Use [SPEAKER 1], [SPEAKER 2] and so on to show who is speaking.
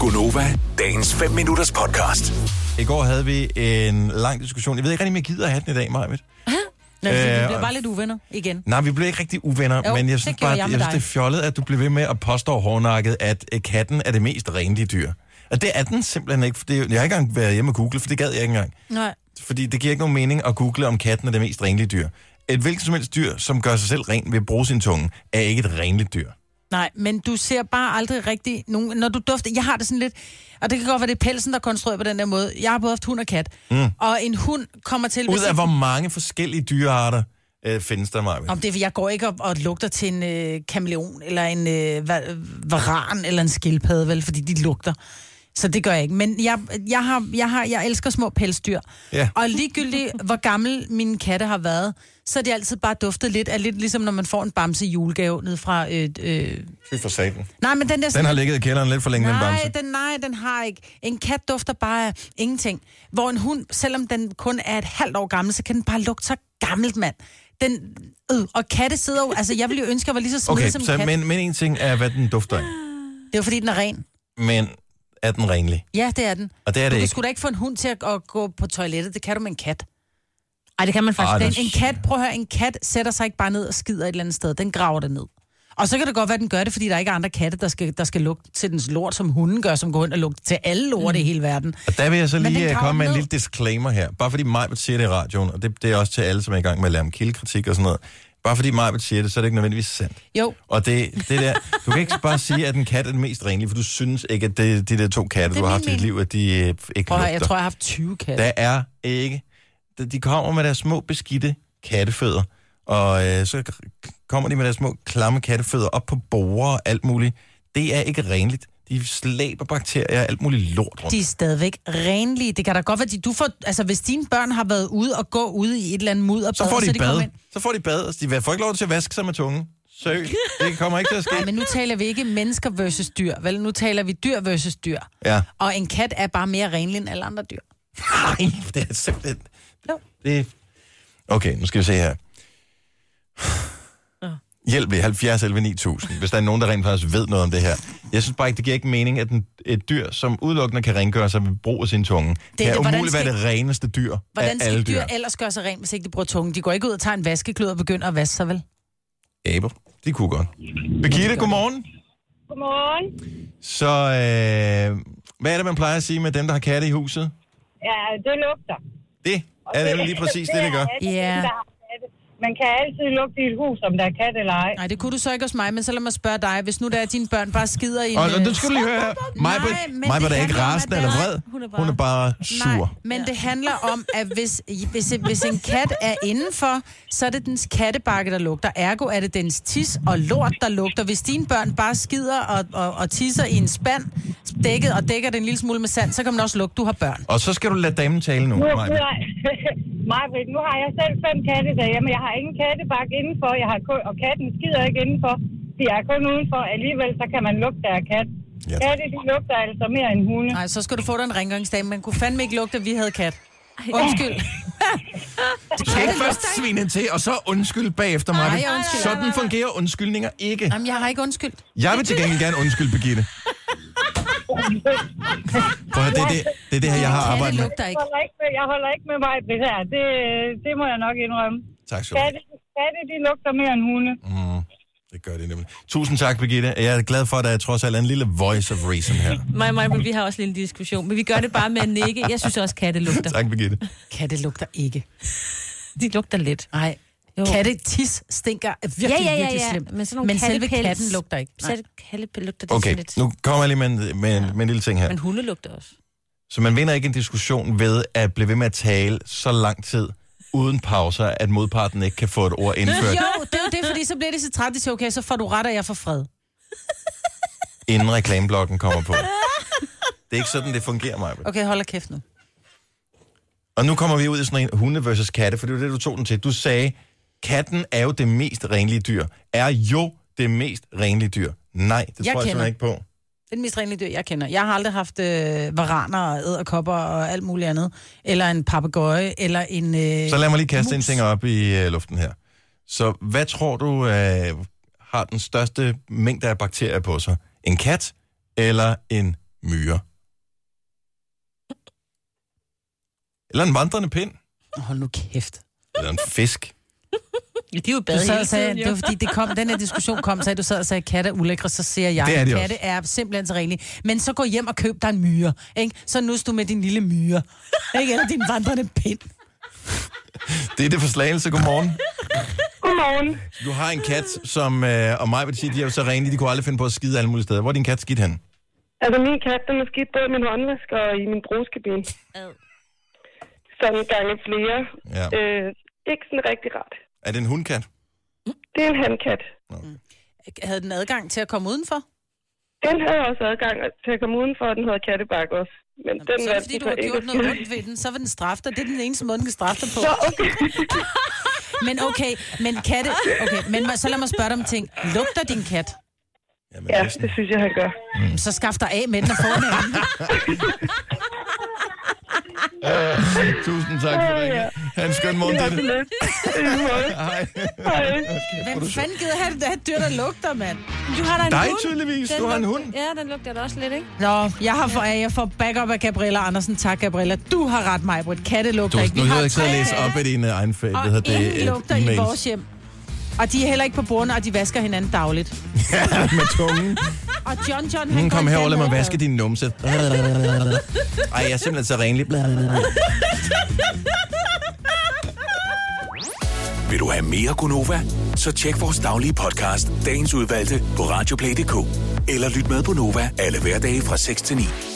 [SPEAKER 1] Gunova, dagens 5 minutters podcast.
[SPEAKER 2] I går havde vi en lang diskussion. Jeg ved ikke rigtig, om jeg gider have den i dag, Majved.
[SPEAKER 3] Nå, øh,
[SPEAKER 2] Øh,
[SPEAKER 3] vi bliver
[SPEAKER 2] og-
[SPEAKER 3] bare lidt uvenner igen.
[SPEAKER 2] Nej, vi blev ikke rigtig uvenner,
[SPEAKER 3] Jo,
[SPEAKER 2] men jeg
[SPEAKER 3] det
[SPEAKER 2] synes
[SPEAKER 3] gjorde
[SPEAKER 2] bare,
[SPEAKER 3] jeg
[SPEAKER 2] jeg
[SPEAKER 3] med
[SPEAKER 2] synes,
[SPEAKER 3] dig.
[SPEAKER 2] det er fjollet, at du blev ved med at påstå hårdnakket, at øh, katten er det mest renlige dyr. Og det er den simpelthen ikke, for det, er jo- jeg har ikke engang været hjemme og google, for det gad jeg ikke engang.
[SPEAKER 3] Nej.
[SPEAKER 2] Fordi det giver ikke nogen mening at google, om katten er det mest renlige dyr. Et hvilket som helst dyr, som gør sig selv ren ved at bruge sin tunge, er ikke et renligt dyr.
[SPEAKER 3] Nej, men du ser bare aldrig rigtig nogen... Når du dufter... Jeg har det sådan lidt... Og det kan godt være, det er pelsen, der er konstrueret på den der måde. Jeg har både haft hund og kat. Mm. Og en hund kommer til...
[SPEAKER 2] Ud af hvor mange forskellige dyrearter øh, findes der, Majved?
[SPEAKER 3] Om det, er, for jeg går ikke op og lugter til en øh, kameleon, eller en øh, va- varan, eller en skildpadde, vel? Fordi de lugter. Så det gør jeg ikke. Men jeg, jeg, har, jeg, har, jeg elsker små pelsdyr.
[SPEAKER 2] Ja.
[SPEAKER 3] Og ligegyldigt, hvor gammel mine katte har været, så er det altid bare duftet lidt af lidt ligesom, når man får en bamse i julegave ned fra... Øh, øh...
[SPEAKER 2] Fy for satan.
[SPEAKER 3] Nej, men den der...
[SPEAKER 2] Den har ligget i kælderen lidt for længe, den bamse.
[SPEAKER 3] Nej, den, nej, den har ikke. En kat dufter bare af ingenting. Hvor en hund, selvom den kun er et halvt år gammel, så kan den bare lugte så gammelt, mand. Den, øh, og katte sidder jo... Altså, jeg ville jo ønske, at jeg var lige så smidig
[SPEAKER 2] Okay,
[SPEAKER 3] som en
[SPEAKER 2] så,
[SPEAKER 3] kat.
[SPEAKER 2] men, men en ting er, hvad den dufter af.
[SPEAKER 3] Det er jo, fordi, den er ren.
[SPEAKER 2] Men er den renlig?
[SPEAKER 3] Ja, det er den.
[SPEAKER 2] Og det er
[SPEAKER 3] du
[SPEAKER 2] det
[SPEAKER 3] kan
[SPEAKER 2] ikke.
[SPEAKER 3] sgu da ikke få en hund til at, at gå på toilettet. Det kan du med en kat.
[SPEAKER 4] Ej, det kan man faktisk
[SPEAKER 2] Ej,
[SPEAKER 4] ikke.
[SPEAKER 2] det
[SPEAKER 3] Den, en kat, prøv at høre, en kat sætter sig ikke bare ned og skider et eller andet sted. Den graver det ned. Og så kan det godt være, at den gør det, fordi der ikke er andre katte, der skal, der skal lugte til dens lort, som hunden gør, som går hen og lugter til alle lorte mm. i hele verden.
[SPEAKER 2] Og der vil jeg så
[SPEAKER 3] Men
[SPEAKER 2] lige
[SPEAKER 3] den
[SPEAKER 2] øh,
[SPEAKER 3] graver
[SPEAKER 2] komme med en
[SPEAKER 3] ned.
[SPEAKER 2] lille disclaimer her. Bare fordi Majbet siger det i radioen, og det, det er også til alle, som er i gang med at lave om kildekritik og sådan noget. Bare fordi Majbet siger det, så er det ikke nødvendigvis sandt.
[SPEAKER 3] Jo,
[SPEAKER 2] Og det, det der, du kan ikke bare sige, at en kat er den mest renlige, for du synes ikke, at det, de der to katte,
[SPEAKER 3] er
[SPEAKER 2] du har
[SPEAKER 3] min
[SPEAKER 2] haft i dit liv, at de øh, ikke
[SPEAKER 3] prøv at
[SPEAKER 2] lugter.
[SPEAKER 3] høre, jeg tror, jeg har haft 20 katte.
[SPEAKER 2] Der er ikke... de- De kommer med deres små beskidte kattefødder, og øh, så k- kommer de med deres små klamme kattefødder op på borer og alt muligt. Det er ikke renligt. De slæber bakterier og alt muligt lort rundt.
[SPEAKER 3] de er stadigvæk renlige. Det kan da godt være, at du får... Altså, hvis dine børn har været ude og gå ude i et eller andet mudder,
[SPEAKER 2] Så får de,
[SPEAKER 3] så
[SPEAKER 2] et
[SPEAKER 3] kommer
[SPEAKER 2] bad.
[SPEAKER 3] ind.
[SPEAKER 2] Så får de bad, og de får ikke lov til at vaske sig med tungen. Seriøst, det kommer ikke til at
[SPEAKER 3] Nej,
[SPEAKER 2] ske.
[SPEAKER 3] men nu taler vi ikke mennesker versus dyr, vel? Nu taler vi dyr versus dyr.
[SPEAKER 2] Ja.
[SPEAKER 3] Og en kat er bare mere renlig end alle andre dyr.
[SPEAKER 2] Nej, det er simpelthen...
[SPEAKER 3] Jo.
[SPEAKER 2] Det... Okay, nu skal vi se her. Hjælp ved 70 11 9000, hvis der er nogen, der rent faktisk ved noget om det her. Jeg synes bare ikke, det giver ikke mening, at en, et dyr, som udelukkende kan rengøre sig ved brug af sin tunge, det, kan
[SPEAKER 3] det-
[SPEAKER 2] det,
[SPEAKER 3] hvordan
[SPEAKER 2] umuligt
[SPEAKER 3] skal-
[SPEAKER 2] være det reneste dyr
[SPEAKER 3] Hvordan
[SPEAKER 2] af alle
[SPEAKER 3] skal
[SPEAKER 2] dyr.
[SPEAKER 3] dyr ellers gøre sig rent, hvis ikke de bruger tungen? De går ikke ud og tager en vaskeklud og begynder at vaske sig, vel?
[SPEAKER 2] Aber, de kunne godt. Birgitte, godmorgen.
[SPEAKER 5] Godmorgen.
[SPEAKER 2] Så øh, hvad er det, man plejer at sige med dem, der har katte i huset?
[SPEAKER 5] Ja, det lugter.
[SPEAKER 2] Det er nemlig lige præcis det, det gør.
[SPEAKER 5] er altid
[SPEAKER 3] Ja.
[SPEAKER 5] dem, der har katte. Man kan altid lugte i et hus, om der er kat eller ej.
[SPEAKER 3] Nej, det kunne du så ikke hos mig, men så lad mig spørge dig, hvis nu der er at dine børn bare skider i en...
[SPEAKER 2] Og,
[SPEAKER 3] øh,
[SPEAKER 2] og nu skal du lige høre her.
[SPEAKER 3] Nej, men
[SPEAKER 2] Majbert, Majbert er
[SPEAKER 3] det
[SPEAKER 2] ikke
[SPEAKER 3] handler om,
[SPEAKER 2] rasende
[SPEAKER 3] at
[SPEAKER 2] eller
[SPEAKER 3] der-
[SPEAKER 2] vred.
[SPEAKER 4] hun er bare-
[SPEAKER 2] Hun er bare sur.
[SPEAKER 3] Nej, men det handler om, at hvis, hvis, hvis en kat er indenfor, så er det dens kattebakke, der lugter. Ergo er det dens tis og lort, der lugter. Hvis dine børn bare skider og, og, og tisser i en spand, dækket og dækker det en lille smule med sand, så kan man også lugte, du har børn.
[SPEAKER 2] Og så skal du lade damen tale nu,
[SPEAKER 5] Nu,
[SPEAKER 2] Majbert.
[SPEAKER 5] nej. Majbrit, nu har jeg selv fem katte derhjemme. Jeg har ingen kattebakke indenfor, jeg har kun, og katten skider ikke indenfor. De er kun udenfor. Alligevel så kan man lugte af kat.
[SPEAKER 2] Ja.
[SPEAKER 5] Ja. Katte, de lugter altså mere end hunde.
[SPEAKER 3] Nej, så skal du få dig en rengøringsdag. Man kunne fandme ikke lugte, at vi havde kat. Undskyld.
[SPEAKER 2] Du skal ikke først svine til, og så undskyld bagefter, Majbert.
[SPEAKER 3] Ej, undskyld.
[SPEAKER 2] Sådan fungerer undskyldninger ikke.
[SPEAKER 3] Jamen, jeg har ikke undskyldt.
[SPEAKER 2] Jeg vil til gengæld gerne undskylde, Birgitte. Prøv at høre, det, er det, det er det her, jeg har arbejdet
[SPEAKER 3] Katte
[SPEAKER 2] med.
[SPEAKER 3] lugter
[SPEAKER 5] Jeg
[SPEAKER 3] ikke.
[SPEAKER 5] holder ikke med, jeg holder ikke med Majbrit her. Det, det må jeg nok indrømme.
[SPEAKER 2] Tak skal du Mm. have.
[SPEAKER 5] Katte, katte, de lugter mere end hunde.
[SPEAKER 2] Det gør det nemlig. Tusind tak, Birgitte. Jeg er glad for, at der trods alt er en lille voice of reason her.
[SPEAKER 4] Mig, mig, men vi har også lidt en diskussion, men vi gør det bare med at nikke. Jeg synes også, katte lugter.
[SPEAKER 2] Tak, Birgitte.
[SPEAKER 3] Katte lugter ikke.
[SPEAKER 4] De lugter lidt.
[SPEAKER 3] Nej.
[SPEAKER 4] Jo.
[SPEAKER 3] Katte tis stinker virkelig,
[SPEAKER 4] Ja, ja, ja,
[SPEAKER 3] virkelig
[SPEAKER 4] ja.
[SPEAKER 3] slemt.
[SPEAKER 4] Men sådan nogle
[SPEAKER 3] Men selve
[SPEAKER 4] kattepels-
[SPEAKER 3] katten lugter ikke. Nej.
[SPEAKER 4] Selv katte lugter det okay.
[SPEAKER 2] Okay,
[SPEAKER 4] sådan lidt.
[SPEAKER 2] nu kommer jeg lige med en, med, en, med en lille ting her.
[SPEAKER 4] Men hunde lugter også.
[SPEAKER 2] Så man vinder ikke en diskussion ved at blive ved med at tale så lang tid uden pauser, at modparten ikke kan få et ord indført,
[SPEAKER 3] Jo, det er jo det, fordi så bliver det så træt, de siger, okay, så får du ret, og jeg får fred.
[SPEAKER 2] inden reklameblokken kommer på. Det er ikke sådan, det fungerer, mig.
[SPEAKER 3] Okay, hold da kæft nu.
[SPEAKER 2] Og nu kommer vi ud i sådan en hunde versus katte, for det var det, du tog den til. Du sagde, katten er jo det mest renlige dyr. Er jo det mest renlige dyr. Nej, det jeg
[SPEAKER 3] Jeg
[SPEAKER 2] tror jeg simpelthen
[SPEAKER 3] kender.
[SPEAKER 2] ikke på.
[SPEAKER 3] Det er den mest renlige dyr, jeg kender. Jeg har aldrig haft øh, varaner og æderkopper og alt muligt andet. Eller en papegøje eller en... Øh,
[SPEAKER 2] Så lad mig lige kaste en
[SPEAKER 3] mus.
[SPEAKER 2] ting op i øh, luften her. Så hvad tror du øh, har den største mængde af bakterier på sig? En kat eller en myre. Eller en vandrende pind.
[SPEAKER 3] Hold nu kæft.
[SPEAKER 2] Eller en fisk.
[SPEAKER 4] De er jo
[SPEAKER 3] Du
[SPEAKER 4] bad
[SPEAKER 3] sad
[SPEAKER 4] hele
[SPEAKER 3] og sagde,
[SPEAKER 4] tiden,
[SPEAKER 3] det var fordi, det kom, den her diskussion kom, så du sad og sagde, katte er ulækre, så siger jeg,
[SPEAKER 2] Det er de
[SPEAKER 3] katte
[SPEAKER 2] også.
[SPEAKER 3] er simpelthen så renlige. Men så gå hjem og køb dig en myre, ikke? Så nus du med din lille myre, ikke? Eller din vandrende pind.
[SPEAKER 2] Det er det for slagelse. Godmorgen.
[SPEAKER 5] Godmorgen.
[SPEAKER 2] Du har en kat, som, øh, og mig vil sige, de er jo så rene, de kunne aldrig finde på at skide alle mulige steder. Hvor er din kat skidt hen?
[SPEAKER 5] Altså, min kat, den er skidt både i min håndvask og i min brugskabine.
[SPEAKER 4] Ad.
[SPEAKER 5] Sådan gange flere.
[SPEAKER 2] Ja.
[SPEAKER 5] Øh, ikke sådan rigtig rart.
[SPEAKER 2] Er det en hundkat?
[SPEAKER 5] Det er en handkat.
[SPEAKER 3] Havde den adgang til at komme udenfor?
[SPEAKER 5] Den havde også adgang til at komme udenfor, og den havde kattebakke også. Men Jamen, den
[SPEAKER 3] så er det,
[SPEAKER 5] valgte
[SPEAKER 3] fordi du
[SPEAKER 5] så
[SPEAKER 3] har
[SPEAKER 5] ikke
[SPEAKER 3] gjort
[SPEAKER 5] at
[SPEAKER 3] noget
[SPEAKER 5] skide.
[SPEAKER 3] ondt ved den, så vil den straffe dig. Det er den eneste måde, den kan straffe dig på.
[SPEAKER 5] Nå, okay.
[SPEAKER 3] Men okay, men katte... Okay, men så lad mig spørge dig om en ting. Lugter din kat?
[SPEAKER 2] Jamen,
[SPEAKER 5] Ja,
[SPEAKER 2] næsten.
[SPEAKER 5] det synes jeg, han gør.
[SPEAKER 3] Så skaff dig af med den og få den anden.
[SPEAKER 2] Tusind tak for det. Ha' en skøn morgen,
[SPEAKER 5] Ja,
[SPEAKER 2] Ditte.
[SPEAKER 5] lidt. I lige måde.
[SPEAKER 2] Hej.
[SPEAKER 5] Hej.
[SPEAKER 3] Hvem fanden gider have det der dyr, der lugter, mand?
[SPEAKER 4] Du har da en
[SPEAKER 2] Dig
[SPEAKER 4] hund.
[SPEAKER 2] tydeligvis. Du har en
[SPEAKER 4] lugter-
[SPEAKER 2] hund.
[SPEAKER 4] Ja, den lugter da også lidt, ikke?
[SPEAKER 3] Nå, jeg har for, jeg får backup af Gabriella Andersen. Tak, Gabriella. Du har ret mig, Britt. Katte lugter ikke.
[SPEAKER 2] Du, nu hedder jeg ikke sidde og
[SPEAKER 3] tre
[SPEAKER 2] læse op
[SPEAKER 3] katte,
[SPEAKER 2] af din øh, egen fag.
[SPEAKER 3] og det ingen lugter i vores hjem. Og de er heller ikke på bordene, og de vasker hinanden dagligt.
[SPEAKER 2] med tungen.
[SPEAKER 3] Og John John, han
[SPEAKER 2] Mm,
[SPEAKER 3] går
[SPEAKER 2] kom herover,
[SPEAKER 3] igen
[SPEAKER 2] lad mig
[SPEAKER 3] med-
[SPEAKER 2] vaske din numse. Ej, jeg er simpelthen så renlig.
[SPEAKER 1] Vil du have mere Gunova? Så tjek vores daglige podcast, dagens udvalgte, på radioplay.dk. Eller lyt med på Nova alle hverdage fra 6 til 9.